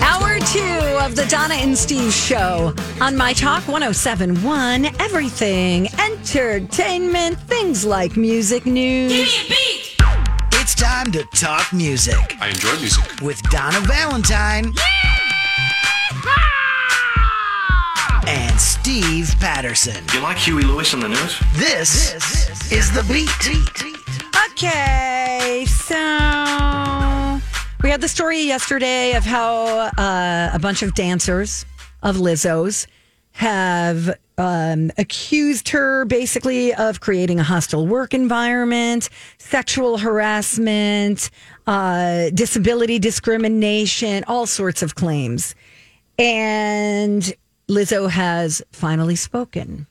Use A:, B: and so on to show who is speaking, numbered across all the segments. A: Hour two of the Donna and Steve show on My Talk 1071. Everything entertainment, things like music news.
B: It's time to talk music
C: I enjoy music.
B: with Donna Valentine and Steve Patterson.
C: You like Huey Lewis on the news?
B: This is the beat.
A: Okay, so we had the story yesterday of how uh, a bunch of dancers of Lizzo's have um, accused her basically of creating a hostile work environment, sexual harassment, uh, disability discrimination, all sorts of claims. And Lizzo has finally spoken.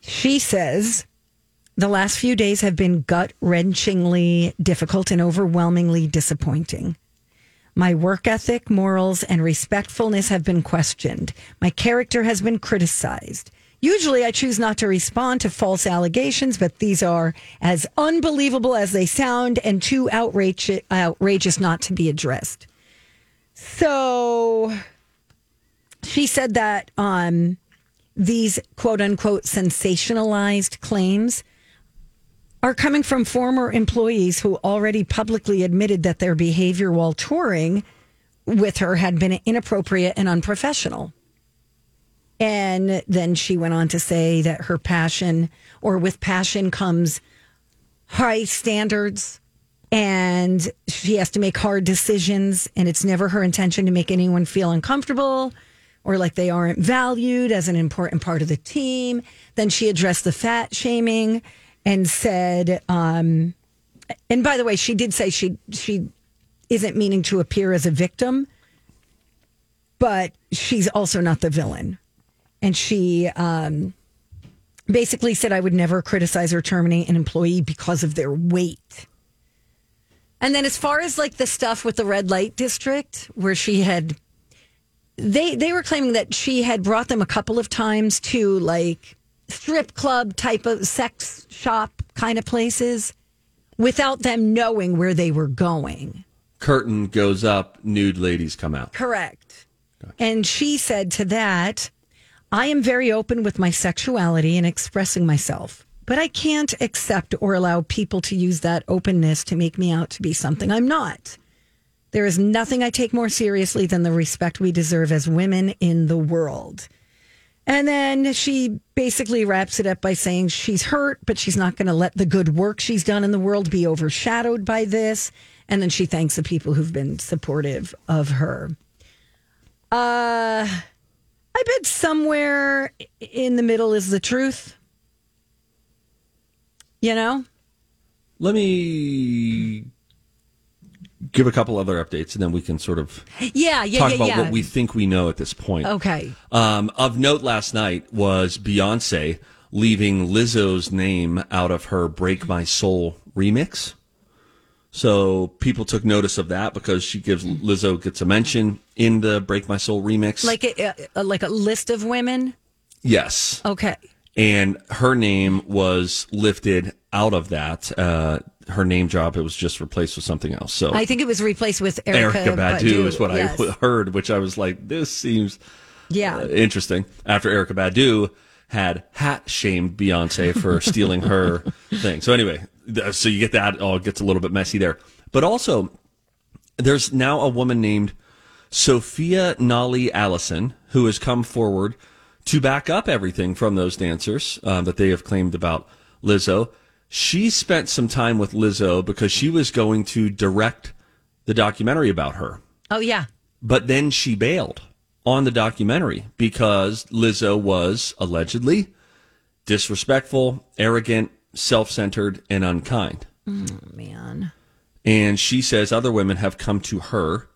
A: She says, the last few days have been gut wrenchingly difficult and overwhelmingly disappointing. My work ethic, morals, and respectfulness have been questioned. My character has been criticized. Usually, I choose not to respond to false allegations, but these are as unbelievable as they sound and too outrage- outrageous not to be addressed. So she said that um, these quote unquote sensationalized claims are coming from former employees who already publicly admitted that their behavior while touring with her had been inappropriate and unprofessional. And then she went on to say that her passion, or with passion, comes high standards and she has to make hard decisions. And it's never her intention to make anyone feel uncomfortable or like they aren't valued as an important part of the team. Then she addressed the fat shaming and said, um, and by the way, she did say she she isn't meaning to appear as a victim, but she's also not the villain. And she um, basically said, I would never criticize or terminate an employee because of their weight. And then, as far as like the stuff with the red light district, where she had, they they were claiming that she had brought them a couple of times to like strip club type of sex shop kind of places without them knowing where they were going.
D: curtain goes up, nude ladies come out.
A: Correct. And she said to that, I am very open with my sexuality and expressing myself, but I can't accept or allow people to use that openness to make me out to be something I'm not. There is nothing I take more seriously than the respect we deserve as women in the world. And then she basically wraps it up by saying she's hurt, but she's not going to let the good work she's done in the world be overshadowed by this. And then she thanks the people who've been supportive of her. Uh, I bet somewhere in the middle is the truth. You know?
D: Let me give a couple other updates and then we can sort of
A: Yeah, yeah,
D: talk
A: yeah,
D: about
A: yeah. Oh.
D: what we think we know at this point.
A: okay.
D: Um, of note last night was Beyonce leaving Lizzo's name out of her Break My Soul remix. So people took notice of that because she gives Lizzo gets a mention in the Break My Soul remix.
A: Like a, a, like a list of women.
D: yes.
A: Okay.
D: and her name was lifted out of that. Uh, her name job it was just replaced with something else. So
A: I think it was replaced with Erica,
D: Oh. Erica, Badu, is what
A: yes.
D: I heard, which I was like, this seems
A: Yeah.
D: uh, interesting. After Erica Badu had hat shamed Beyonce for stealing her thing. So anyway, th- so you get that all gets a little bit messy there. But also, there's now a woman named Sophia Nolly Allison who has come forward to back up everything from those dancers um, that they have claimed about Lizzo. She spent some time with Lizzo because she was going to direct the documentary about her
A: oh, yeah.
D: but then she bailed on the documentary because Lizzo was allegedly disrespectful, arrogant, self centered, and unkind.
A: Man.
D: And she says other women have come to her,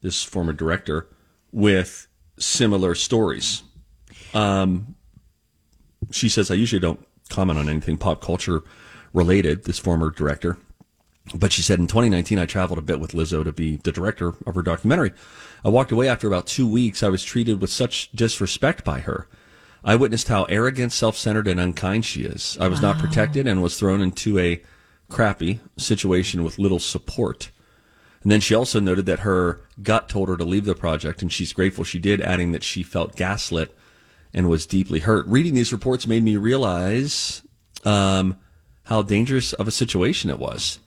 D: this former director, with similar stories. Um, she says, I usually don't comment on anything pop culture related, this former director. But she said in 2019, I traveled a bit with Lizzo to be the director of her documentary. I walked away after about two weeks. I was treated with such disrespect by her. I witnessed how arrogant, self centered, and unkind she is. I was not protected and was thrown into a crappy situation with little support. And then she also noted that her gut told her to leave the project, and she's grateful she did, adding that she felt gaslit and was deeply hurt. Reading these reports made me realize um, how dangerous of a situation it was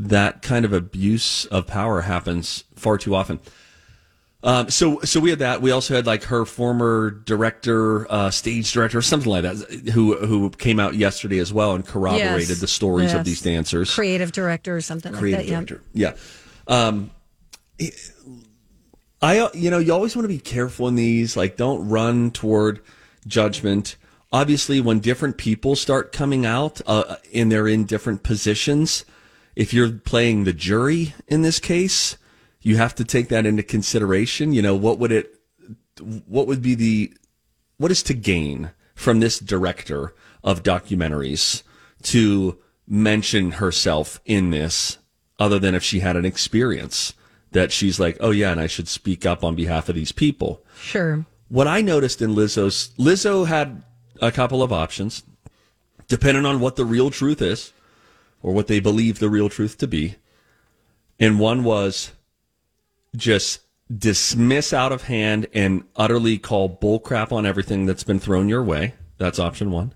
D: that kind of abuse of power happens far too often. Um, so, so we had that. We also had like her former director, uh, stage director, or something like that, who who came out yesterday as well and corroborated
A: Yes.
D: the stories
A: Yes.
D: of these dancers.
A: creative director or something
D: Creative
A: like that. yeah.
D: director, yeah. Um, I, you know, you always want to be careful in these. Like, don't run toward judgment. Obviously, when different people start coming out uh, and they're in different positions, if you're playing the jury in this case, you have to take that into consideration. You know, what would it, what would be the, what is to gain from this director of documentaries to mention herself in this other than if she had an experience that she's like, oh yeah, and I should speak up on behalf of these people.
A: Sure.
D: What I noticed in Lizzo's, Lizzo had a couple of options, depending on what the real truth is or what they believe the real truth to be. And one was just dismiss out of hand and utterly call bullcrap on everything that's been thrown your way. That's option one.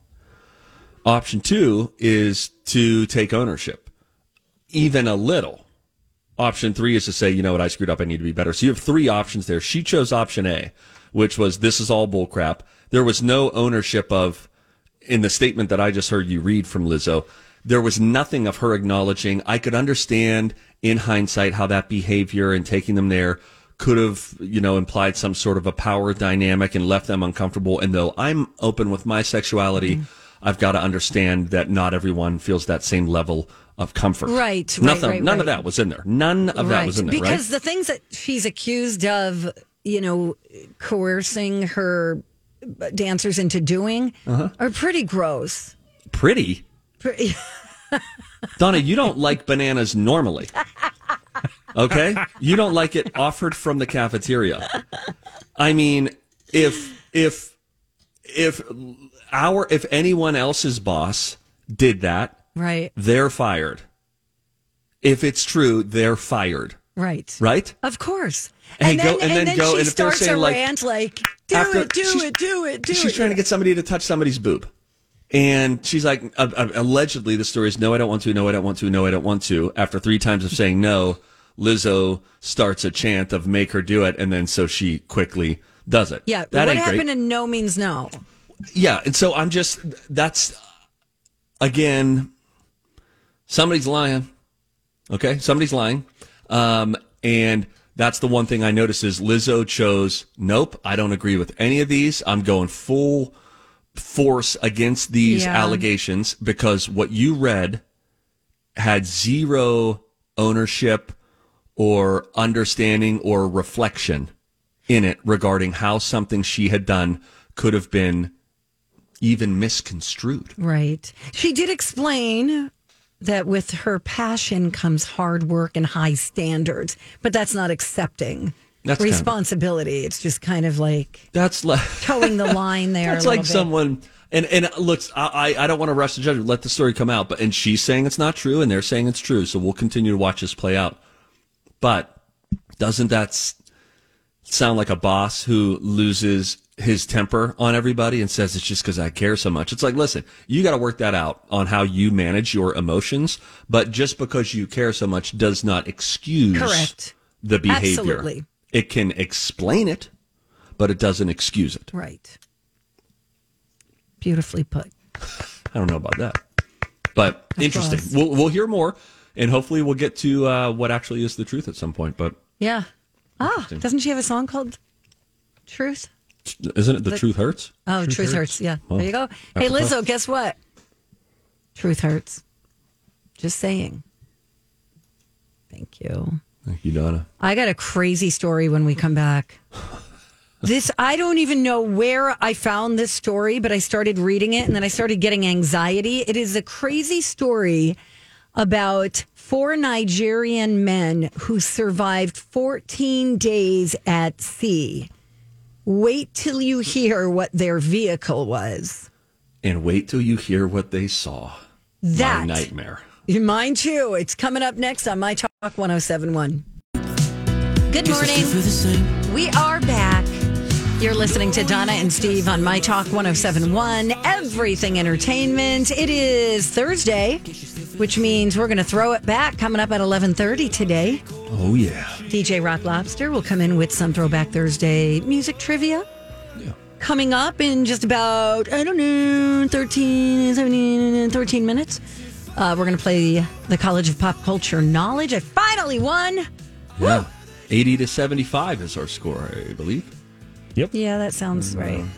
D: Option two is to take ownership, even a little. Option three is to say, you know what, I screwed up. I need to be better. So you have three options there. She chose option A, which was this is all bullcrap. There was no ownership of, in the statement that I just heard you read from Lizzo, there was nothing of her acknowledging. I could understand in hindsight how that behavior and taking them there could have, you know, implied some sort of a power dynamic and left them uncomfortable. And though I'm open with my sexuality,
A: Mm-hmm.
D: I've got to understand that not everyone feels that same level of comfort.
A: Right, right,
D: Nothing,
A: right,
D: none
A: right.
D: of that was in there. None of that was in there,
A: because the
D: right?
A: things that she's accused of, you know, coercing her dancers into doing
D: Uh-huh.
A: are pretty gross.
D: Pretty.
A: Pretty-
D: Donna, you don't like bananas normally. Okay? You don't like it offered from the cafeteria. I mean, if if if our if anyone else's boss did that,
A: right,
D: they're fired. If it's true, they're fired,
A: right,
D: right?
A: Of course.
D: And go- and then go-
A: she
D: and if they're
A: starts
D: saying,
A: a
D: like,
A: rant like, do
D: after-
A: it, do
D: she's-
A: it, do it, do
D: she's
A: it.
D: trying to get somebody to touch somebody's boob. And she's like, uh, uh, allegedly, the story is no, I don't want to, no, I don't want to, no, I don't want to. After three times of saying no, Lizzo starts a chant of make her do it. And then so she quickly does it.
A: yeah,
D: That
A: what
D: ain't great.
A: happened in no means no.
D: yeah. And so I'm just, that's, again, somebody's lying. Okay. Somebody's lying. Um, and that's the one thing I notice is Lizzo chose, nope, I don't agree with any of these. I'm going full force against these
A: Yeah.
D: allegations because what you read had zero ownership or understanding or reflection in it regarding how something she had done could have been even misconstrued.
A: Right. She did explain that with her passion comes hard work and high standards, but that's not accepting
D: That's kind of-
A: responsibility. It's just kind of like
D: That's like
A: towing the line there.
D: It's
A: a little
D: like
A: bit.
D: someone and and looks. I I I don't want to rush the judgment. Let the story come out. But and she's saying it's not true, and they're saying it's true. So we'll continue to watch this play out. But doesn't that s- sound like a boss who loses his temper on everybody and says it's just because I care so much? It's like, listen, you got to work that out on how you manage your emotions. But just because you care so much does not excuse
A: Correct.
D: the behavior.
A: Absolutely.
D: It can explain it, but it doesn't excuse it.
A: Right. Beautifully put.
D: I don't know about that, but interesting.
A: Applause.
D: We'll we'll hear more, and hopefully we'll get to uh, what actually is the truth at some point. But
A: Yeah. Ah, doesn't she have a song called Truth?
D: isn't it the, truth hurts?
A: Oh, Truth, Hurts. Yeah. there you go. Hey,
D: Apropos.
A: Lizzo, guess what? Truth Hurts. Just saying. Thank you.
D: Thank you, Donna.
A: I got a crazy story when we come back. This I don't even know where I found this story, but I started reading it and then I started getting anxiety. It is a crazy story about four Nigerian men who survived 14 days at sea. Wait till you hear what their vehicle was.
D: And wait till you hear what they saw.
A: That
D: My nightmare.
A: Mine too. It's coming up next on My Talk 1071. Good morning. We are back. You're listening to Donna and Steve on My Talk 1071, Everything Entertainment. It is Thursday, which means we're going to throw it back coming up at 11:30 today.
D: Oh yeah.
A: DJ Rock Lobster will come in with some Throwback Thursday music trivia. Coming up in just about, I don't know, 13, 17, 13 minutes, uh, we're going to play the College of Pop Culture Knowledge. I finally won.
D: Yeah. 80 to 75 is our score, I believe.
A: Yeah, that sounds right.
D: uh, Play again.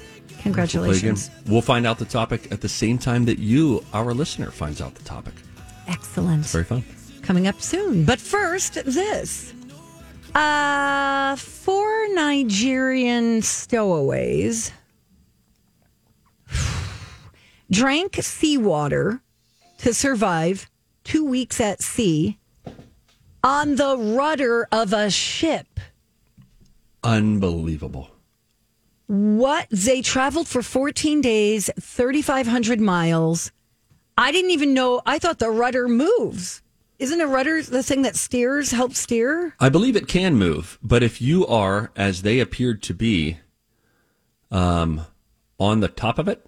A: Congratulations.
D: We'll find out the topic at the same time that you, our listener, finds out the topic.
A: Excellent.
D: Very fun.
A: coming up soon. But first, this. Uh, four Nigerian stowaways drank seawater to survive two weeks at sea on the rudder of a ship.
D: Unbelievable.
A: What? They traveled for 14 days, 3,500 miles. I didn't even know. I thought the rudder moves. Isn't a rudder the thing that steers, helps steer?
D: I believe it can move, but if you are, as they appeared to be, um, on the top of it,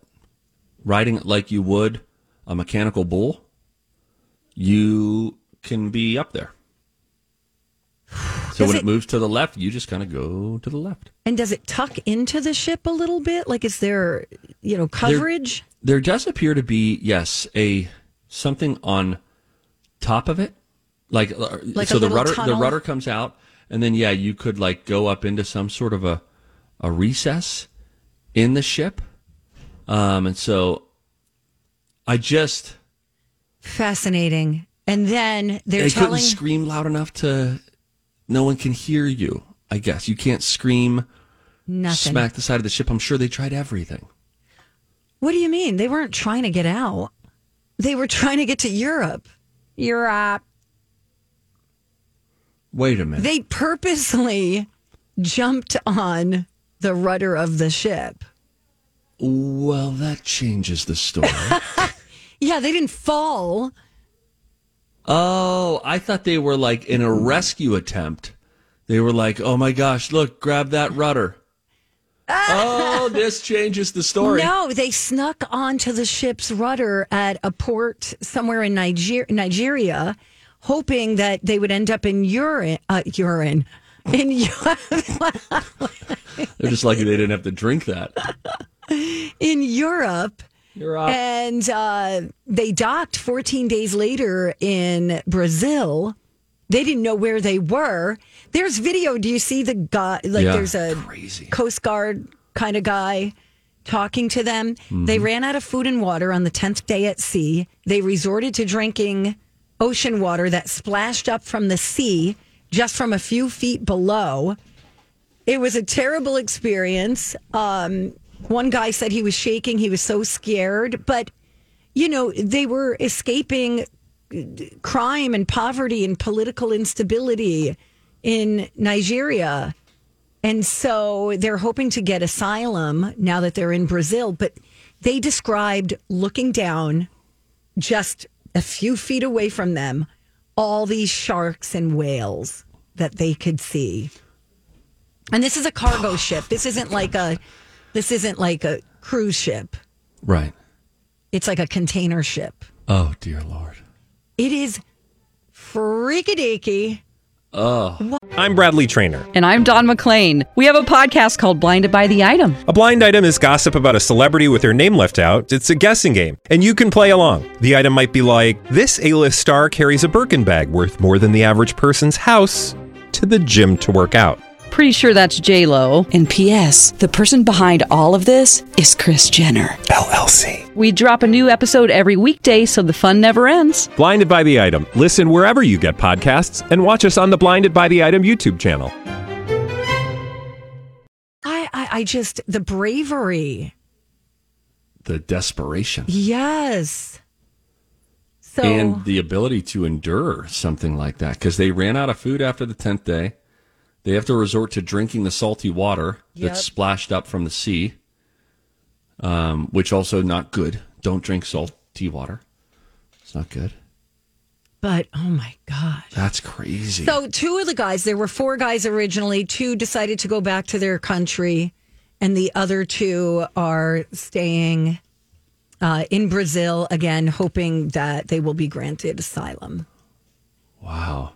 D: riding it like you would a mechanical bull, you can be up there. So
A: Does
D: when it,
A: it-
D: moves to the left, you just kind of go to the left.
A: And does it tuck into the ship a little bit? Like, is there, you know, coverage?
D: There does appear to be, yes, a something on top of it, like, uh,
A: Like
D: so
A: a
D: the
A: little
D: rudder
A: tunnel?
D: the rudder comes out, and then yeah, you could like go up into some sort of a a recess in the ship, um, and so I just
A: Fascinating. And then they're
D: I couldn't
A: telling.
D: scream loud enough to no one can hear you. I guess you can't scream
A: Nothing.
D: smack the side of the ship. I'm sure they tried everything.
A: What do you mean? They weren't trying to get out. They were trying to get to Europe. Europe.
D: Wait a minute.
A: They purposely jumped on the rudder of the ship.
D: well, that changes the story.
A: Yeah, they didn't fall.
D: Oh, I thought they were like in a rescue attempt. They were like, "Oh my gosh, look, grab that rudder." oh, this changes the story.
A: No, they snuck onto the ship's rudder at a port somewhere in Niger- Nigeria, hoping that they would end up in urine. Uh, urine. In Eu-
D: They're just lucky they didn't have to drink that.
A: in Europe,
D: You're up.
A: and uh, they docked 14 days later in Brazil. They didn't know where they were. There's video. Do you see the guy? Like,
D: Yeah.
A: there's a
D: Crazy.
A: Coast Guard kind of guy talking to them. They ran out of food and water on the 10th day at sea. They resorted to drinking ocean water that splashed up from the sea just from a few feet below. It was a terrible experience. Um, one guy said he was shaking, he was so scared, but you know, they were escaping crime and poverty and political instability in Nigeria. And so they're hoping to get asylum now that they're in Brazil. But they described looking down just a few feet away from them, all these sharks and whales that they could see. And this is a cargo ship. This isn't like a this isn't like a cruise ship.
D: Right.
A: It's like a container ship.
D: Oh, dear lord.
A: It is freakadeaky.
C: I'm Bradley Trainer.
E: And I'm Don McClain. We have a podcast called Blinded by the Item.
C: A blind item is gossip about a celebrity with their name left out. It's a guessing game, and you can play along. The item might be like this: A-list star carries a Birkin bag worth more than the average person's house to the gym to work out.
E: Pretty sure that's J Lo.
F: And P.S. The person behind all of this is Chris Jenner.
G: LLC.
E: We drop a new episode every weekday, so the fun never ends.
G: Blinded by the Item. Listen wherever you get podcasts and watch us on the Blinded by the Item YouTube channel.
A: I, I, I just, the bravery.
D: the desperation
A: Yes. So,
D: and the ability to endure something like that because they ran out of food after the 10th day. They have to resort to drinking the salty water
A: Yep.
D: that's splashed up from the sea, um, which also not good. Don't drink salty water. It's not good.
A: but oh my God.
D: That's crazy.
A: So, two of the guys, there were four guys originally, two decided to go back to their country, and the other two are staying uh, in Brazil again, hoping that they will be granted asylum.
D: wow.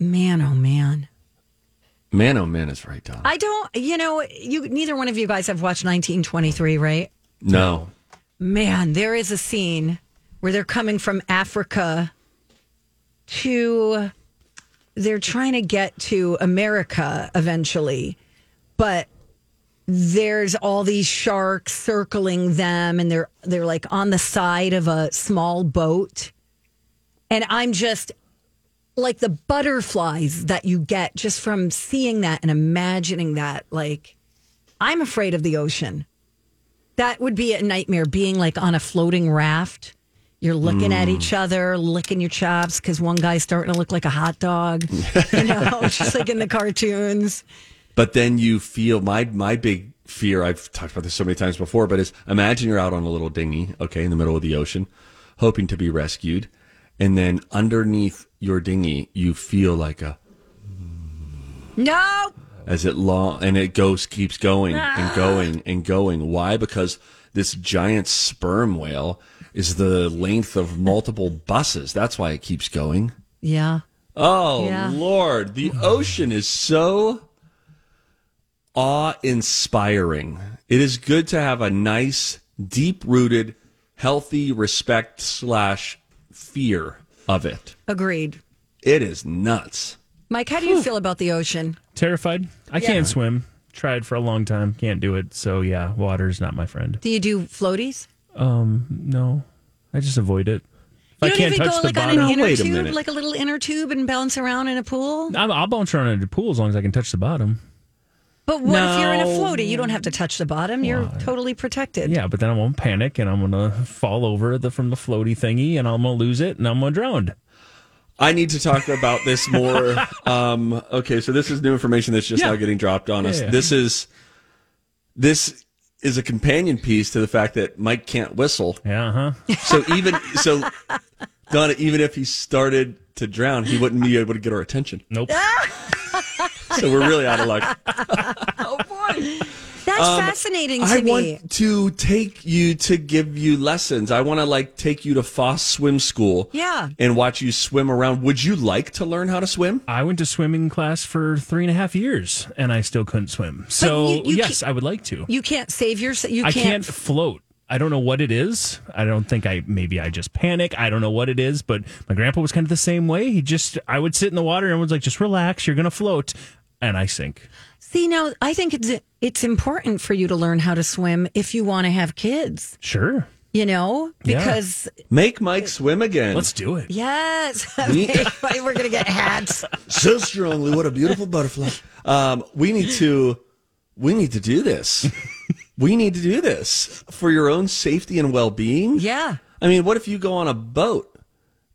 A: Man, oh man.
D: Man, oh man, is right, Don.
A: I don't, you know, you neither one of you guys have watched 1923, right?
D: no.
A: Man, there is a scene where they're coming from Africa to they're trying to get to America eventually, but there's all these sharks circling them and they're they're like on the side of a small boat. And I'm just like the butterflies that you get just from seeing that and imagining that like I'm afraid of the ocean that would be a nightmare being like on a floating raft you're looking at each
H: Hmm.
A: other licking your chops because one guy's starting to look like a hot dog you know just like in the cartoons
D: But then you feel my my big fear. I've talked about this so many times before, but is imagine you're out on a little dinghy, okay, in the middle of the ocean, hoping to be rescued, and then underneath your dinghy, you feel like a
A: no
D: as it long and it goes keeps going and going and going. Why? Because this giant sperm whale is the length of multiple buses. That's why it keeps going.
A: yeah
D: Oh
A: Yeah.
D: Lord, the ocean is so awe-inspiring. It is good to have a nice, deep-rooted, healthy respect slash fear of it.
A: agreed
D: It is nuts.
A: mike how do you feel about the ocean
H: Terrified. I can't swim. Tried for a long time. Can't do it. So yeah, water's not my friend.
A: do you do floaties
H: No, I just avoid it. If I
A: you don't
H: can't
A: even
H: touch
A: go
H: the
A: like on
H: bottom.
A: an inner
D: Wait a
A: tube
D: minute.
A: like a little inner tube and bounce around in a pool
H: I'm, I'll bounce around in the pool as long as I can touch the bottom.
A: but what if you're in a floaty you don't have to touch the bottom you're totally protected
H: Yeah, but then I won't panic and I'm gonna fall over the, from the floaty thingy and I'm gonna lose it and I'm gonna drown.
D: I need to talk about this more. um, okay, so this is new information that's just now getting dropped on us.
H: Yeah, yeah.
D: This is this is a companion piece to the fact that Mike can't whistle.
H: Yeah, uh-huh. huh?
D: So even so, Donna, even if he started to drown, he wouldn't be able to get our attention.
H: Nope.
D: So we're really out of luck.
A: Oh, that's
H: Um,
A: fascinating to
D: I
A: me
D: want to take you to give you lessons. I want to like take you to Foss Swim School.
A: Yeah.
D: And watch you swim around. Would you like to learn how to swim?
H: I went to swimming class for three and a half years and I still couldn't swim. So
A: you- you
H: yes,
A: ca-
H: I would like to.
A: you can't save yourself you
H: I can't float. I don't know what it is. I don't think I maybe I just panic. I don't know what it is, but my grandpa was kind of the same way. He just I would sit in the water and was like, just relax, you're gonna float. And I sink.
A: See, now I think it's it's important for you to learn how to swim if you want to have kids.
H: Sure.
A: You know,
H: Yeah.
A: because
D: Make Mike swim again.
H: Let's do it.
A: yes,
D: We-
A: Okay, we're gonna get hats.
D: so strongly. What a beautiful butterfly. Um, we need to, we need to do this. we need to do this for your own safety and well being.
A: Yeah,
D: I mean, what if you go on a boat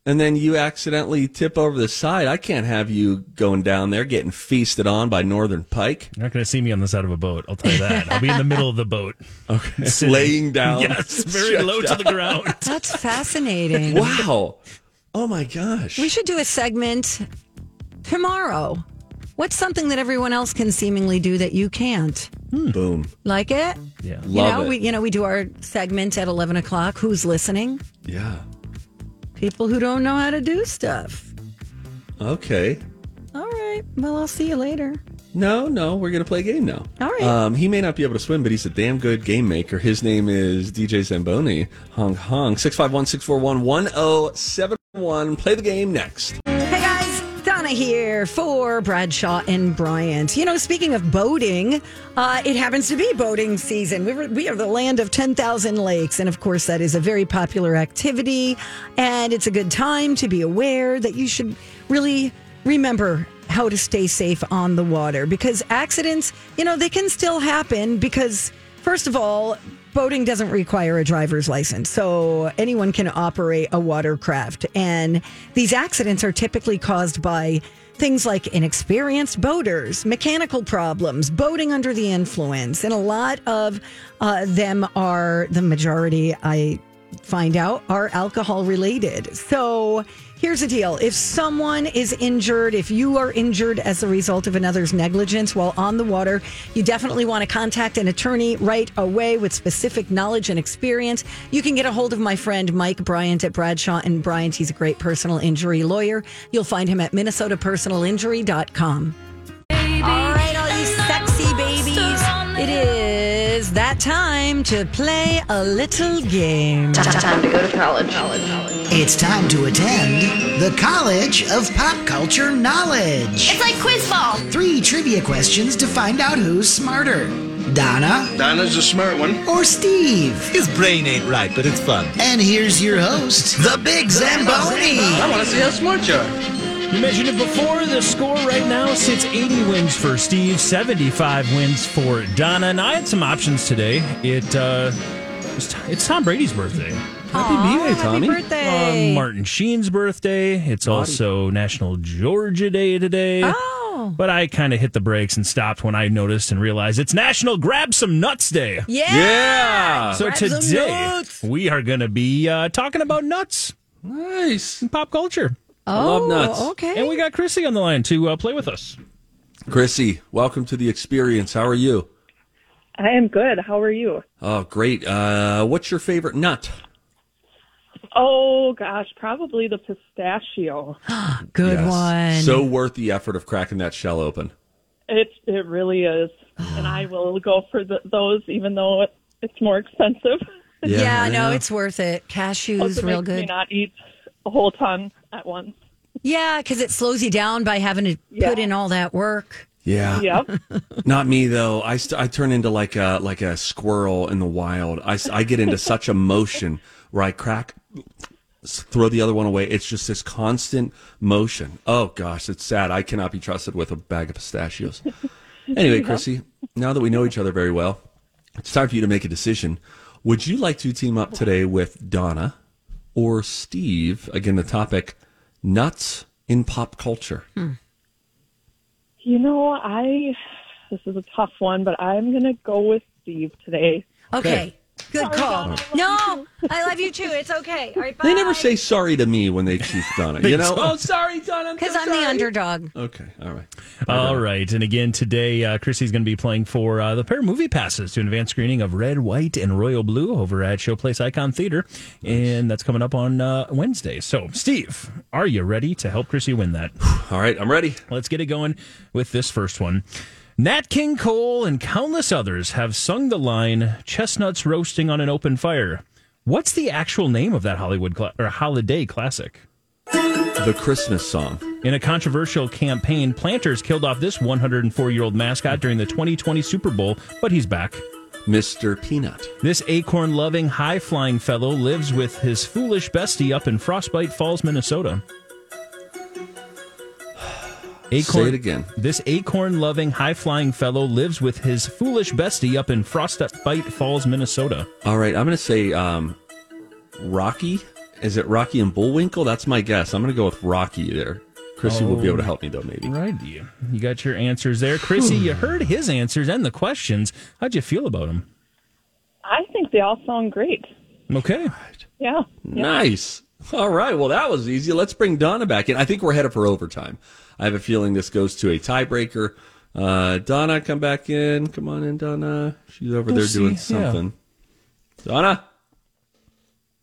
D: and then you accidentally tip over the side? I can't have you going down there getting feasted on by northern pike,
H: You're not gonna see me on the side of a boat, I'll tell you that. I'll be in the middle of the boat. Okay.
D: laying down.
H: Yes, very low to the ground.
A: that's fascinating.
D: Wow. Oh my gosh.
A: We should do a segment tomorrow. What's something that everyone else can seemingly do that you can't?
D: Boom.
A: Like it?
H: Yeah.
A: You
D: Love
A: know,
D: it.
A: we you know we do our segment at eleven o'clock. Who's listening?
D: yeah.
A: People who don't know how to do stuff.
D: Okay.
A: All right. Well, I'll see you later.
D: No, no, we're gonna play a game now.
A: All right.
D: Um, he may not be able to swim, but he's a damn good game maker. His name is DJ Zamboni. Hong Hong. 651 641 1071. Play the game next.
A: Hey guys, Donna here for Bradshaw and Bryant. You know, speaking of boating, uh, it happens to be boating season. We, were, we are the land of 10,000 lakes. And of course, that is a very popular activity. And it's a good time to be aware that you should really remember how to stay safe on the water because accidents, you know, they can still happen because, first of all, boating doesn't require a driver's license. So anyone can operate a watercraft. And these accidents are typically caused by things like inexperienced boaters, mechanical problems, boating under the influence. And a lot of uh, them are the majority, I find out are alcohol related. So here's the deal if someone is injured, if you are injured as a result of another's negligence while on the water, you definitely want to contact an attorney right away with specific knowledge and experience. You can get a hold of my friend Mike Bryant at Bradshaw and Bryant. He's a great personal injury lawyer. You'll find him at MinnesotaPersonalInjury.com. All right, all you sexy babies. It is that time to play a little game.
B: It's time to attend the College of Pop Culture Knowledge.
I: It's like quiz ball.
B: Three trivia questions to find out who's smarter Donna
J: Donna's a smart one.
B: or Steve.
K: His brain ain't right, but it's fun.
B: And here's your host, the Big Zamboni.
J: I want to see how smart you are.
G: You mentioned it before. The score right now sits 80 wins for Steve, 75 wins for Donna. And I had some options today. It uh, it's, it's Tom Brady's birthday.
D: Happy birthday, Tommy.
A: Happy birthday.
G: Um, Martin Sheen's birthday. It's also National Georgia Day today.
A: Oh.
G: But I kind of hit the brakes and stopped when I noticed and realized it's National Grab Some Nuts Day.
A: yeah.
D: Yeah.
G: So
A: grab some
G: today
A: nuts.
G: we are going to be uh, talking about nuts
D: Nice.
G: and pop culture.
A: oh,
D: love nuts.
A: Okay.
G: And we got Chrissy on the line to uh, play with us.
D: Chrissy, welcome to the experience. How are you?
H: I am good. How are you?
D: Oh, great. Uh, what's your favorite nut?
H: Oh gosh, probably the pistachio.
A: Good
D: Yes.
A: one.
D: So worth the effort of cracking that shell open.
H: It it really is, and I will go for the, those, even though it, it's more expensive.
A: yeah, no, it's worth it. Cashews,
H: Also
A: real
H: makes me
A: good.
H: not eat a whole ton at once.
A: Yeah, because it slows you down by having to
H: Yeah.
A: put in all that work.
D: Yeah.
H: Yep.
D: Not me though. I, st- I turn into like a like a squirrel in the wild. I, s- I get into such a motion where I crack, s- throw the other one away. It's just this constant motion. Oh gosh, it's sad. I cannot be trusted with a bag of pistachios. Anyway, Chrissy, now that we know each other very well, it's time for you to make a decision. Would you like to team up today with Donna or Steve? Again, the topic nuts in pop culture.
H: you know, I this is a tough one, but I'm gonna go with Steve today.
A: Okay. Good call.
H: Donna,
A: no, I love you too. It's okay. All right, bye.
D: They never say sorry to me when they choose Donna. you know? Oh, sorry, Donna.
A: because I'm the underdog.
D: Okay, all right.
G: All right. And again, today, uh, Chrissy's going to be playing for uh, the pair of movie passes to an advanced screening of Red, White, and Royal Blue over at Showplace Icon Theater. And that's coming up on uh, Wednesday. So, Steve, are you ready to help Chrissy win that?
D: All right, I'm ready.
G: Let's get it going with this first one. Nat King Cole and countless others have sung the line "Chestnuts roasting on an open fire." What's the actual name of that Hollywood cla- or holiday classic?
D: The Christmas song.
G: In a controversial campaign, planters killed off this 104 year old mascot during the 2020 Super Bowl, but he's back.
D: Mr. Peanut.
G: This acorn loving, high flying fellow lives with his foolish bestie up in Frostbite Falls, Minnesota.
D: Say it again.
G: This acorn loving, high flying fellow lives with his foolish bestie up in Frostbite Falls, Minnesota.
D: All right, I'm going to say um, Rocky. Is it Rocky and Bullwinkle? That's my guess. I'm going to go with Rocky there. Chrissy will be able to help me though, maybe.
G: Oh. Right, you. You got your answers there. Chrissy, you heard his answers and the questions. How'd you feel about them?
H: I think they all sound great.
G: Okay.
H: Yeah.
D: Nice. All right. Well, that was easy. Let's bring Donna back in. I think we're headed for overtime. I have a feeling this goes to a tiebreaker. Uh, Donna, come back in. Come on in, Donna. She's over there
G: see,
D: doing
G: yeah.
D: something. Donna.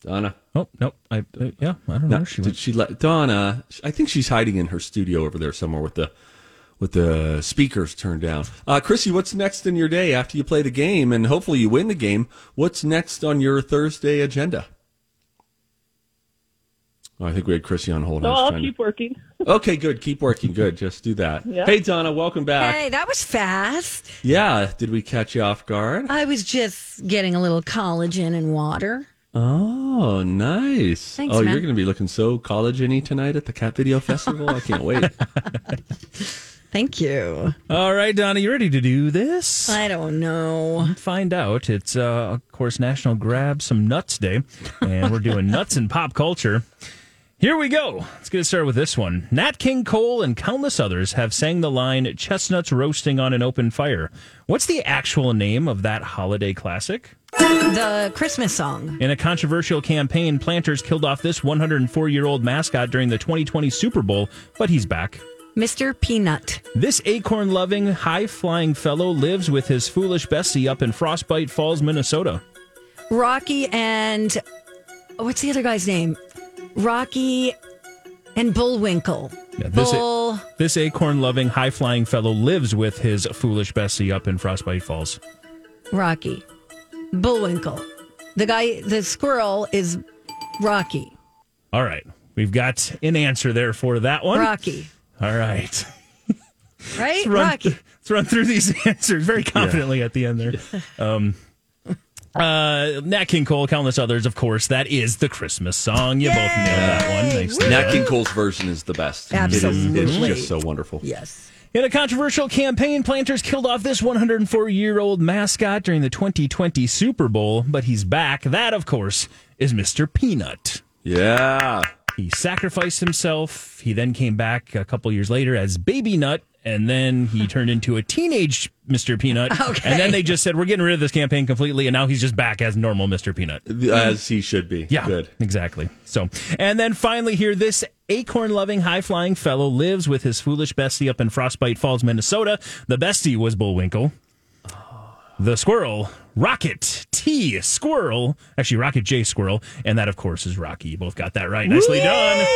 D: Donna.
G: Oh, no. I, uh, yeah, I don't know.
D: No,
G: she
D: did
G: was.
D: she let Donna? I think she's hiding in her studio over there somewhere with the with the speakers turned down. Uh, Chrissy, what's next in your day after you play the game and hopefully you win the game? What's next on your Thursday agenda? Oh, I think we had Chrissy on hold.
H: So
D: I was
H: I'll
D: trying to-
H: keep working.
D: Okay, good. Keep working. Good. Just do that.
H: Yeah.
D: Hey, Donna, welcome back.
A: Hey, that was fast.
D: Yeah. Did we catch you off guard?
A: I was just getting a little collagen and water.
D: Oh, nice.
A: Thanks,
D: oh, you're
A: man.
D: going to be looking so college-y tonight at the Cat Video Festival. I can't wait.
A: Thank you.
G: All right, Donna, you ready to do this?
A: I don't know.
G: Find out. It's, uh, of course, National Grab Some Nuts Day, and we're doing nuts and pop culture. Here we go. Let's get started with this one. Nat King Cole and countless others have sang the line Chestnuts Roasting on an Open Fire. What's the actual name of that holiday classic?
A: The Christmas song.
G: In a controversial campaign, planters killed off this 104 year old mascot during the 2020 Super Bowl, but he's back.
A: Mr. Peanut.
G: This acorn loving, high flying fellow lives with his foolish Bessie up in Frostbite Falls, Minnesota.
A: Rocky and what's the other guy's name? Rocky and Bullwinkle.
G: Yeah, this i-
A: Bull.
G: This acorn loving, high flying fellow lives with his foolish Bessie up in Frostbite Falls.
A: Rocky. Bullwinkle. The guy, the squirrel is Rocky.
G: All right. We've got an answer there for that one.
A: Rocky.
G: All right.
A: Right?
G: Let's run,
A: Rocky.
G: let's run through these answers very confidently at the end there. Um, uh, Nat King Cole, countless others, of course. That is the Christmas song. You both nailed that one. Thanks to
D: Nat
G: you.
D: King Cole's version is the best. It is-
A: Absolutely.
D: it's just so wonderful.
A: Yes.
G: In a controversial campaign, planters killed off this 104 year old mascot during the 2020 Super Bowl, but he's back. That, of course, is Mr. Peanut.
D: Yeah.
G: He sacrificed himself. He then came back a couple years later as Baby Nut, and then he turned into a teenage Mr. Peanut.
A: Okay.
G: And then they just said, we're getting rid of this campaign completely, and now he's just back as normal Mr. Peanut.
D: As he should be.
G: Yeah,
D: Good.
G: exactly. So, and then finally here, this acorn-loving, high-flying fellow lives with his foolish bestie up in Frostbite Falls, Minnesota. The bestie was Bullwinkle. The squirrel, Rocket T Squirrel, actually Rocket J Squirrel, and that of course is Rocky. You both got that right. Nicely done.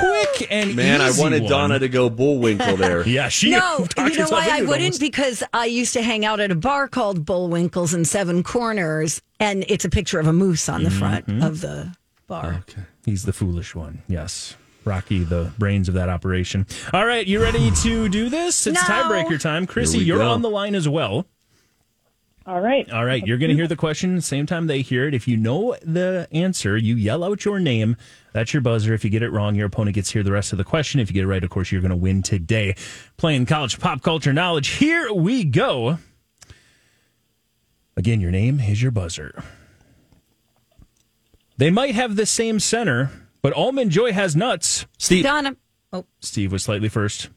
G: Quick and
D: Man, I
G: easy
D: wanted
G: one.
D: Donna to go Bullwinkle there.
G: Yeah, she.
A: No,
G: talked
A: you know
G: herself
A: why I
G: into it
A: wouldn't?
G: almost.
A: Because I used to hang out at a bar called Bullwinkle's in Seven Corners, and it's a picture of a moose on the front
G: Mm-hmm.
A: of the bar.
G: He's the foolish one. Yes. Rocky, the brains of that operation. All right, you ready to do this? It's
A: No.
G: tiebreaker time. Chrissy,
D: we
G: you're
D: go.
G: on the line as well.
H: All right.
G: All right, you're going to hear the question same time they hear it. If you know the answer, you yell out your name. That's your buzzer. If you get it wrong, your opponent gets to hear the rest of the question. If you get it right, of course, you're going to win today. Playing college pop culture knowledge. Here we go. Again, your name is your buzzer. They might have the same center, but Almond Joy has nuts.
D: Steve.
A: Donna. Oh,
G: Steve was slightly first.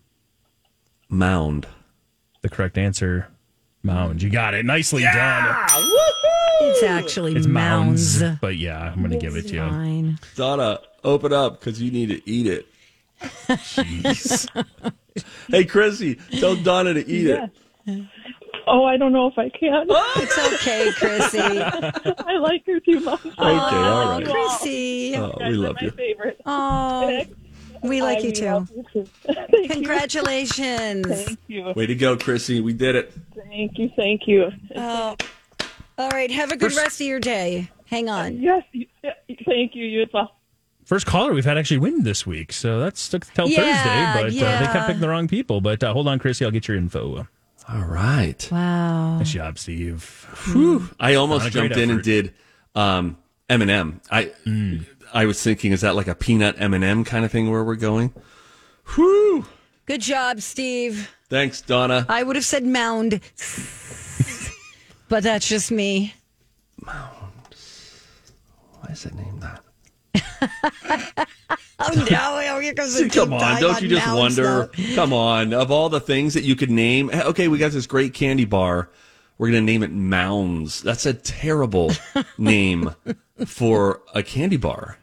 D: Mound.
G: The correct answer, Mound. You got it. Nicely done.
A: it's actually
G: It's
A: mounds.
G: Mounds. But yeah, I'm going to give it to you.
A: Fine.
D: Donna, open up because you need to eat it. Jeez. hey, Chrissy, tell Donna to eat it.
H: Oh, I don't know if I can.
G: Oh!
A: It's okay, Chrissy.
H: I like her too much.
D: Okay, all right.
A: Oh, Chrissy.
D: Oh,
H: You guys
D: we
H: are
D: love
H: my
D: you.
H: favorite.
A: Oh, we like you too.
H: love you too. Thank you.
A: Congratulations.
H: Thank you.
D: Way to go, Chrissy. We did it.
H: Thank you. Thank you.
A: Oh. All right, have a good rest of your day. Hang on.
H: Yes. you- yeah, Thank you. You as well.
G: First caller we've had actually win this week, so that's took till
A: Yeah,
G: Thursday. But uh, they
A: yeah.
G: kept picking the wrong people. But uh, hold on, Chrissy, I'll get your info. Uh,
D: All right.
A: Wow.
G: Nice job, Steve.
D: Whew. Mm. I almost
G: Not a great
D: jumped in and
G: effort.
D: did um, M&M. I I was thinking, is that like a peanut M&M kind of thing where we're going? Whew.
A: Good job, Steve.
D: Thanks, Donna.
A: I would have said mound, but that's just me.
D: Why is it named that?
A: Oh no! Oh, here comes the deep
D: Come on,
A: dive
D: don't you just
A: mounds,
D: wonder?
A: though.
D: Come on, of all the things that you could name, eh, okay, we got this great candy bar. We're gonna name it Mounds. That's a terrible name for a candy bar.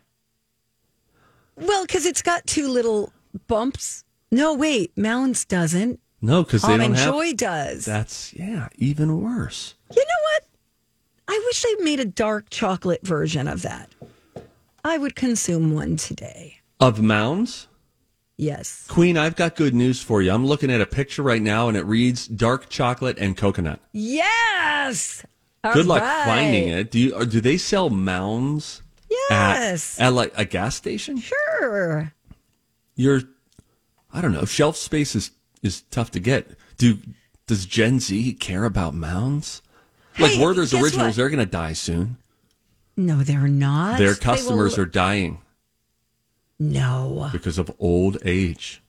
A: Well, because it's got two little bumps. No, wait, mounds doesn't.
D: No, because they don't
A: Almond
D: have.
A: Joy does.
D: That's yeah, even worse.
A: You know what? I wish they made a dark chocolate version of that. I would consume one today.
D: Of Mounds,
A: Yes.
D: Queen, I've got good news for you. I'm looking at a picture right now, and it reads dark chocolate and coconut.
A: Yes. All
D: good luck
A: right.
D: finding it. Do you? Or do they sell Mounds?
A: Yeah, Yes.
D: At, at like a gas station?
A: Sure.
D: Your, I don't know, shelf space is, is tough to get. Do, does Gen Z care about mounds? like
A: Hey,
D: Werther's
A: guess
D: originals,
A: what?
D: they're going to die soon.
A: No, they're not.
D: Their customers
A: They
D: are dying
A: will- No.
D: because of old age.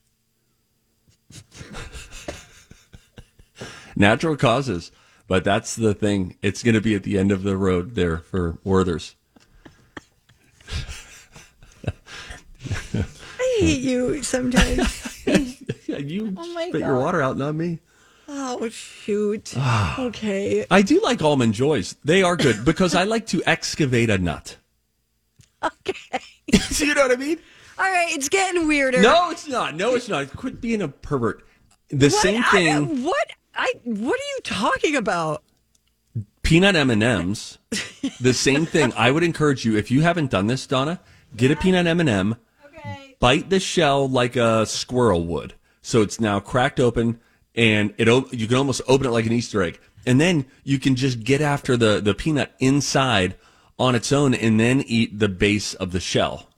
D: Natural causes, but that's the thing. It's going to be at the end of the road there for Werther's.
A: I hate you sometimes.
D: you
A: Oh my
D: spit
A: God.
D: your water out, not me.
A: Oh shoot.
D: Ah.
A: okay.
D: I do like almond joys. They are good because I like to excavate a nut. Okay. you know what I mean?
A: All right, it's getting weirder.
D: No, it's not. No, it's not. Quit being a pervert. The
A: What?
D: same
A: I-
D: thing.
A: what I what are you talking about?
D: peanut m&ms the same thing i would encourage you if you haven't done this donna get a peanut m&m bite the shell like a squirrel would so it's now cracked open and it o- you can almost open it like an easter egg and then you can just get after the, the peanut inside on its own and then eat the base of the shell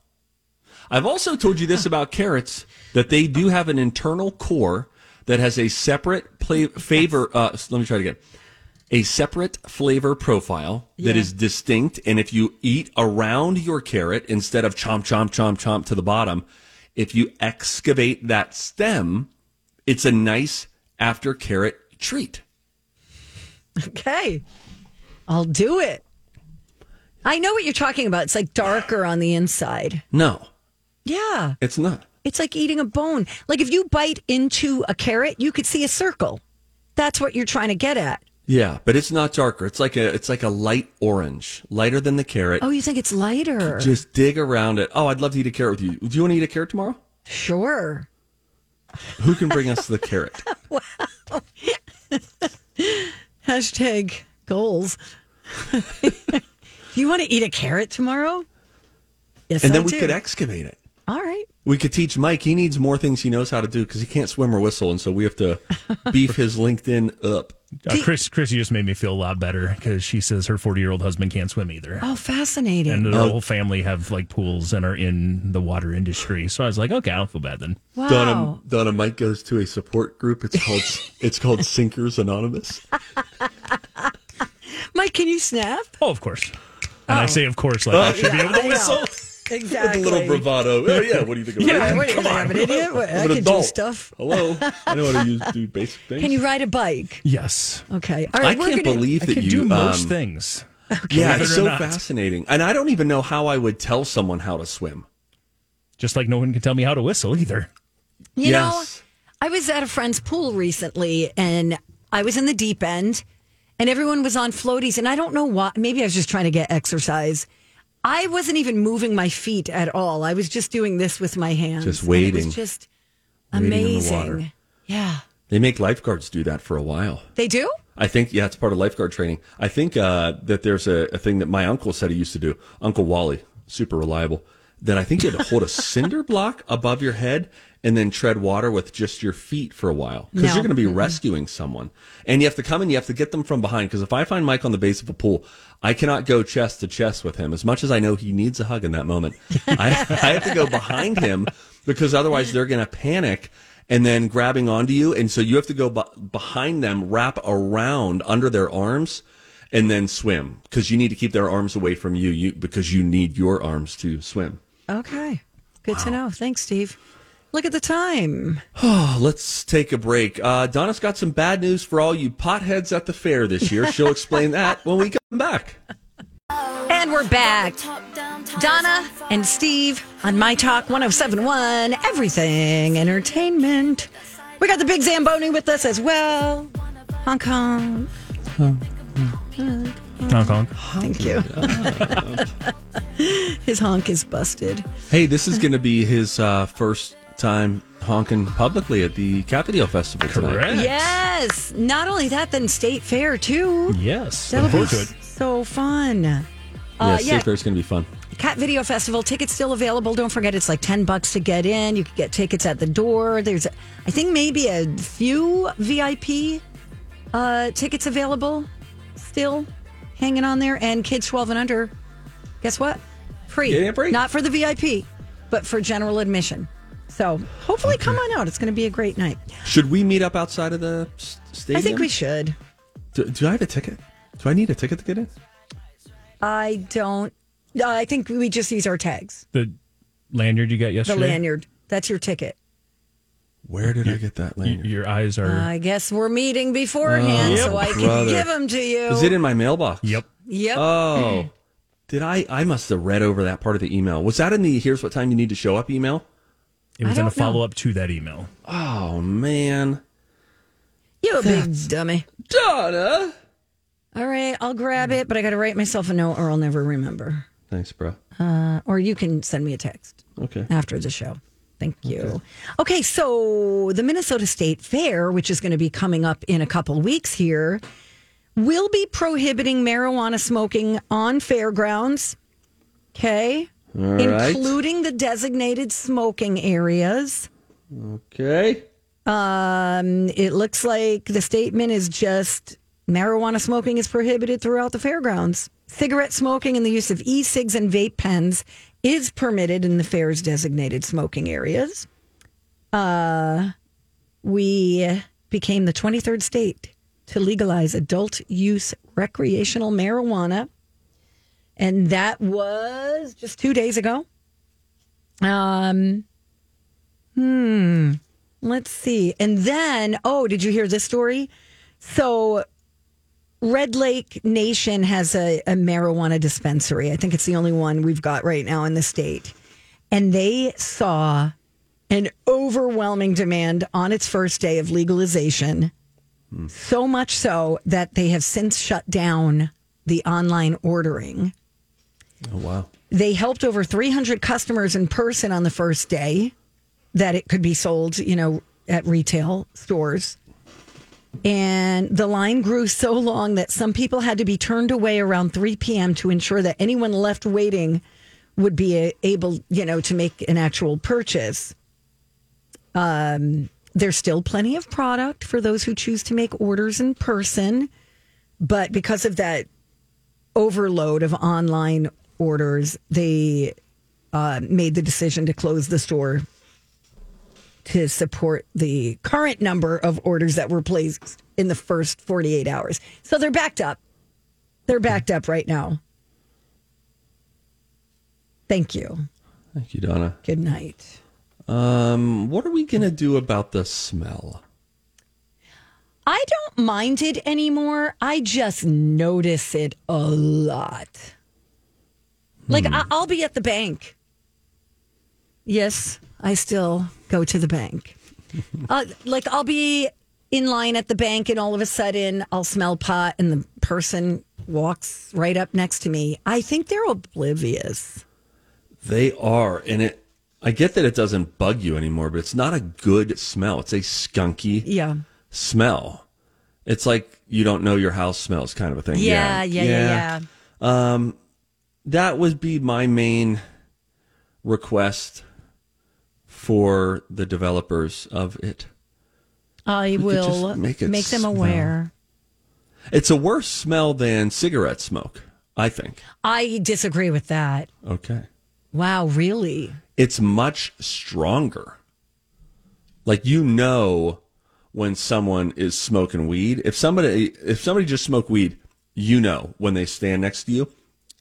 D: i've also told you this about carrots that they do have an internal core that has a separate play, favor uh, let me try it again a separate flavor profile that
I: Yeah.
D: is distinct. And if you eat around your carrot instead of chomp, chomp, chomp, chomp to the bottom, if you excavate that stem, it's a nice after carrot treat.
A: Okay. I'll do it. I know what you're talking about. It's like darker on the inside.
D: No,
A: Yeah.
D: it's not.
A: It's like eating a bone. Like if you bite into a carrot, you could see a circle. That's what you're trying to get at.
D: Yeah, but it's not darker. It's like a it's like a light orange, lighter than the carrot.
A: Oh, you think it's lighter?
D: Just dig around it. Oh, I'd love to eat a carrot with you. Do you want to eat a carrot tomorrow?
A: Sure.
D: Who can bring us the carrot?
A: Hashtag goals. you want to eat a carrot tomorrow? Yes,
D: and then
A: I
D: we
A: do.
D: could excavate it.
A: All right.
D: We could teach Mike. He needs more things he knows how to do because he can't swim or whistle, and so we have to beef his LinkedIn up.
G: Uh, Chris, Chris, you just made me feel a lot better because she says her 40 year old husband can't swim either.
A: Oh, fascinating.
G: And the whole family have like pools and are in the water industry. So I was like, okay, I don't feel bad then.
A: Wow.
D: Donna, Donna, Mike goes to a support group. It's called it's called Sinkers Anonymous.
A: Oh, Mike, can you snap?
G: Oh, of course. And
A: Oh.
G: I say, of course, like I should be able to whistle.
D: With a
A: Exactly.
D: little bravado. Oh yeah, what do you think of
A: Yeah,
D: it?
A: what do you
D: Come
A: think?
D: on,
A: I'm an idiot? What,
D: I'm
A: I
D: an
A: can do
D: adult.
A: stuff.
D: Hello, I know how to use, do basic things.
A: Can you ride a bike?
G: Yes.
A: Okay. All right.
D: I
A: we're
D: can't
A: gonna-
D: believe
G: I
D: that
G: can
D: you
G: do most
D: um,
G: things.
D: Yeah,
G: Believe
D: it's
G: it or
D: so
G: not.
D: fascinating, and I don't even know how I would tell someone how to swim.
G: Just like no one can tell me how to whistle either.
A: You
D: yes,
A: know, I was at a friend's pool recently and I was in the deep end and everyone was on floaties. And I don't know why. Maybe I was just trying to get exercise. I wasn't even moving my feet at all. I was just doing this with my hands.
D: Just
A: and it was
D: waiting.
A: just
D: Waiting in the
A: amazing.
D: water.
A: Yeah.
D: they make lifeguards do that for a while.
A: They do?
D: I think yeah, it's part of lifeguard training. I think uh, that there's a, a thing that my uncle said he used to do. Uncle Wally, super reliable. That I think you had to hold a cinder block above your head and then tread water with just your feet for a while because
I: No.
D: you're going to be rescuing someone, and you have to come and you have to get them from behind. Because if I find Mike on the base of a pool, I cannot go chest to chest with him. As much as I know he needs a hug in that moment, I, I have to go behind him because otherwise they're going to panic and then grabbing onto you. And so you have to go b- behind them, wrap around under their arms, and then swim because you need to keep their arms away from you, you because you need your arms to swim.
A: Okay. Good to know. Thanks, Steve. Look at the time.
D: Oh, let's take a break. Uh, Donna's got some bad news for all you potheads at the fair this year. She'll explain that when we come back.
A: And we're back. Donna and Steve on My Talk 1071, Everything Entertainment. We got the big Zamboni with us as well. Hong Kong.
G: Hong Kong.
A: Thank you. His honk is busted.
D: Hey, this is going to be his uh, first time honking publicly at the Capitol Festival tonight.
A: Yes. Not only that, then State Fair, too.
G: Yes.
A: That'll
G: Mm, Look
A: be
G: forward to it.
A: so fun.
D: Yeah,
A: Uh,
D: State
A: yeah.
D: Fair's going to be fun.
A: Cat Video Festival tickets still available. Don't forget, it's like ten bucks to get in. You can get tickets at the door. There's, I think, maybe a few VIP uh, tickets available still hanging on there. And kids twelve and under, guess what? Free.
D: Getting a break.
A: Not for the VIP, but for general admission. So hopefully, come on out. It's going to be a great night.
D: Should we meet up outside of the s- stadium?
A: I think we should.
D: Do, do I have a ticket? Do I need a ticket to get in?
A: I don't. Uh, I think we just use our tags.
G: The lanyard you got yesterday.
A: The lanyard. That's your ticket.
D: Where did I get that
G: Y-
D: lanyard?
G: your eyes are.
A: I guess we're meeting beforehand,
D: Oh,
A: so I can
D: brother.
A: give them to you.
D: Is it in my mailbox?
G: yep.
A: Yep.
D: Oh. Did I? I must have read over that part of the email. Was that in the "Here's what time you need to show up" email?
G: It was
A: I
G: in a
A: don't know.
G: follow up to that email.
D: Oh man,
A: you a big dummy.
D: Donna.
A: All right, I'll grab it, but I got to write myself a note, or I'll never remember.
D: Thanks, bro.
A: Uh, or you can send me a text.
D: Okay.
A: after the show. Thank you. Okay. so the Minnesota State Fair, which is going to be coming up in a couple weeks here, will be prohibiting marijuana smoking on fairgrounds. Okay.
D: All right.
A: Including the designated smoking areas.
D: Okay.
A: Um, it looks like the statement is just marijuana smoking is prohibited throughout the fairgrounds. Cigarette smoking and the use of e cigs and vape pens is permitted in the fair's designated smoking areas. Uh, we became the 23rd state to legalize adult use recreational marijuana. And that was just two days ago. Um, hmm. Let's see. And then, oh, did you hear this story? So, Red Lake Nation has a, a marijuana dispensary. I think it's the only one we've got right now in the state. And they saw an overwhelming demand on its first day of legalization. So much so that they have since shut down the online ordering.
D: Oh wow.
A: They helped over 300 customers in person on the first day that it could be sold, you know, at retail stores. And the line grew so long that some people had to be turned away around 3 p.m. to ensure that anyone left waiting would be a- able, you know, to make an actual purchase. Um, there's still plenty of product for those who choose to make orders in person. But because of that overload of online orders, they uh, made the decision to close the store to support the current number of orders that were placed in the first 48 hours. So they're backed up. They're backed up right now. Thank you.
D: Thank you, Donna.
A: Good night.
D: Um, what are we gonna do about the smell?
A: I don't mind it anymore. I just notice it a lot. Like,
D: Hmm.
A: I- I'll be at the bank. Yes, I still go to the bank. uh, like, I'll be in line at the bank, and all of a sudden, I'll smell pot, and the person walks right up next to me. I think they're oblivious.
D: They are, and it. I get that it doesn't bug you anymore, but it's not a good smell. It's a skunky
A: Yeah.
D: smell. It's like you don't know your house smells, kind of a thing.
A: Yeah, yeah, yeah, yeah.
D: Um, that would be my main request for the developers of it.
A: I
D: could
A: will
D: just
A: make,
D: make it
A: them
D: smell.
A: aware.
D: It's a worse smell than cigarette smoke, I think.
A: I disagree with that.
D: Okay.
A: Wow, really?
D: It's much stronger. Like you know when someone is smoking weed. If somebody if somebody just smoked weed, you know when they stand next to you.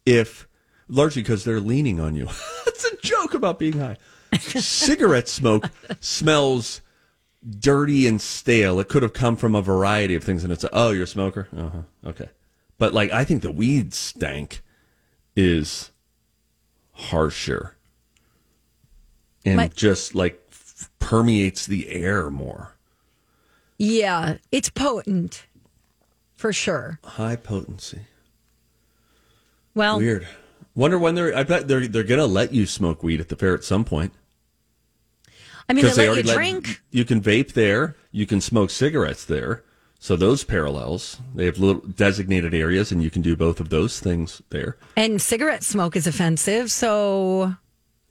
D: If largely because they're leaning on you. it's a joke about being high. cigarette smoke smells dirty and stale. It could have come from a variety of things, and it's oh, you're a smoker. Uh-huh. Okay, but like I think the weed stank is harsher and
A: My-
D: just like f- permeates the air more.
A: Yeah, it's potent for sure.
D: High potency.
A: Well,
D: Weird. Wonder when they're. I bet they're they're gonna let you smoke weed at the fair at some point
A: I mean, they, let you drink.
D: you can vape there. You can smoke cigarettes there. So those parallels. They have little designated areas, and you can do both of those things there.
A: and cigarette smoke is offensive, so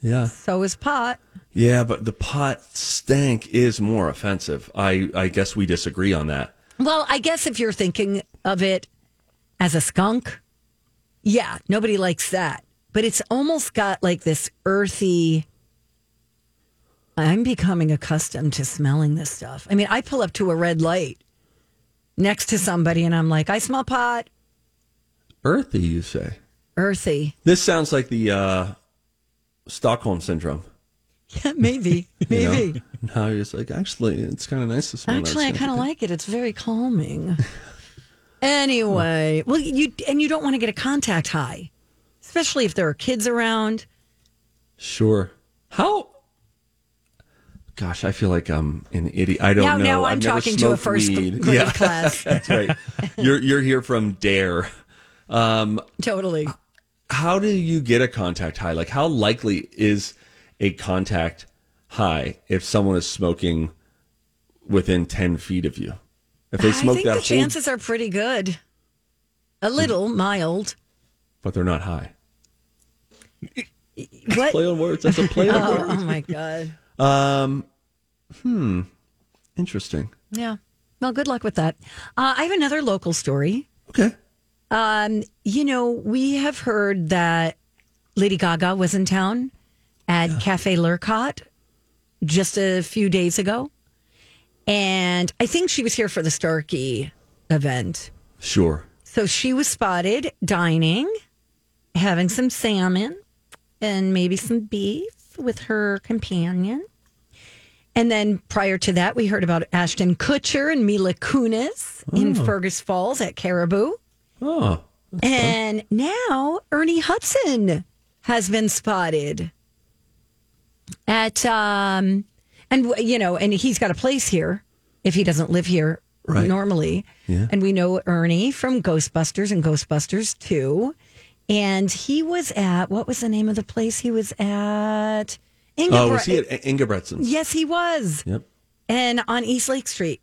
D: Yeah.
A: so is pot.
D: Yeah, but the pot stank is more offensive. I, I guess we disagree on that.
A: Well, I guess if you're thinking of it as a skunk, yeah, nobody likes that. but it's almost got like this earthy. I'm becoming accustomed to smelling this stuff. I mean, I pull up to a red light next to somebody and I'm like, I smell pot,
D: Earthy, you say?
A: earthy.
D: This sounds like the uh, Stockholm syndrome.
A: Yeah, maybe,
D: you know?
A: maybe.
D: Now you're just like, actually, it's kind of nice to smell.
A: Actually, I
D: that
A: kind of like it. It's very calming. anyway, well, you and you don't want to get a contact high, especially if there are kids around.
D: Sure. How? Gosh, I feel like I'm an idiot. I don't
A: Now-
D: know.
A: now
D: Oh, I've
A: I'm
D: never
A: talking to a
D: smoked
A: first
D: weed.
A: grade
D: Yeah,
A: class.
D: That's right. You're you're here from Dare. Um,
A: Totally.
D: how do you get a contact high? Like, how likely is a contact high if someone is smoking within ten feet of you? If they
A: I
D: smoke
A: think
D: that
A: the
D: whole,
A: chances are pretty good. A little mild.
D: but they're not high.
A: What?
D: Play on words. That's a play on
A: Oh,
D: words.
A: oh my god.
D: Um, hmm. Interesting.
A: Yeah. Well, good luck with that. Uh, I have another local story.
D: Okay.
A: Um, you know, we have heard that Lady Gaga was in town at Cafe Lurcott just a few days ago. And I think she was here for the Starkey event.
D: Sure.
A: So she was spotted dining, having some salmon and maybe some beef with her companion. And then prior to that, we heard about Ashton Kutcher and Mila Kunis in Fergus Falls at Caribou.
D: Oh.
A: And now Ernie Hudson has been spotted at um and you know and he's got a place here if he doesn't live here
D: Right.
A: normally.
D: Yeah.
A: And we know Ernie from Ghostbusters and Ghostbusters 2 and he was at what was the name of the place he was at? Ingebre-
D: Oh, was he at I- Ingebrigtsen's?
A: Yes, he was
D: Yep.
A: and on East Lake Street.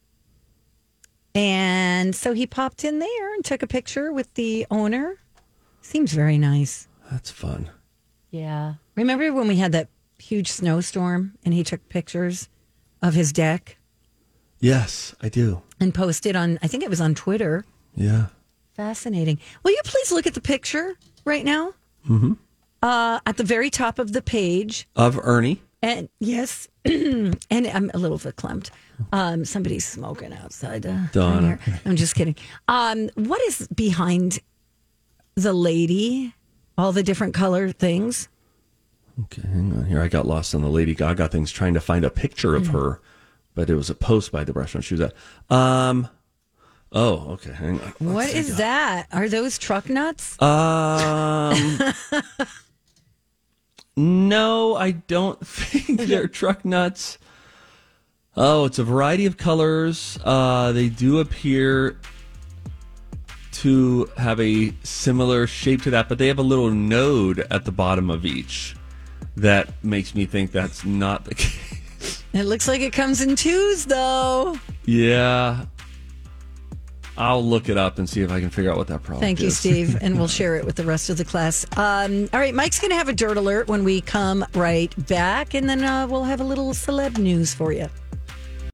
A: And so he popped in there and took a picture with the owner. Seems very nice.
D: That's fun.
A: Yeah. Remember when we had that huge snowstorm and he took pictures of his deck
D: Yes, I do.
A: and posted on, I think it was on Twitter.
D: Yeah.
A: Fascinating. Will you please look at the picture right now? Mm-hmm. Uh, at the very top of the page.
D: Of Ernie.
A: And yes, and I'm a little bit clumped. Um, somebody's smoking outside. Uh, down
D: Donna.
A: here. I'm just kidding. Um, what is behind the lady? All the different color things.
D: Okay, hang on here. I got lost on the Lady Gaga things trying to find a picture of her, but it was a post by the restaurant she was at. Um, oh, okay. Hang on.
A: What is that? Are those truck nuts?
D: Uh. Um, no, I don't think they're truck nuts. Oh, it's a variety of colors. Uh, they do appear to have a similar shape to that, but they have a little node at the bottom of each that makes me think that's not the case.
A: It looks like it comes in twos, though.
D: Yeah. I'll look it up and see if I can figure out what that problem
A: Thank you,
D: is.
A: Steve, and we'll share it with the rest of the class. Um, all right, Mike's going to have a dirt alert when we come right back, and then uh, we'll have a little celeb news for you.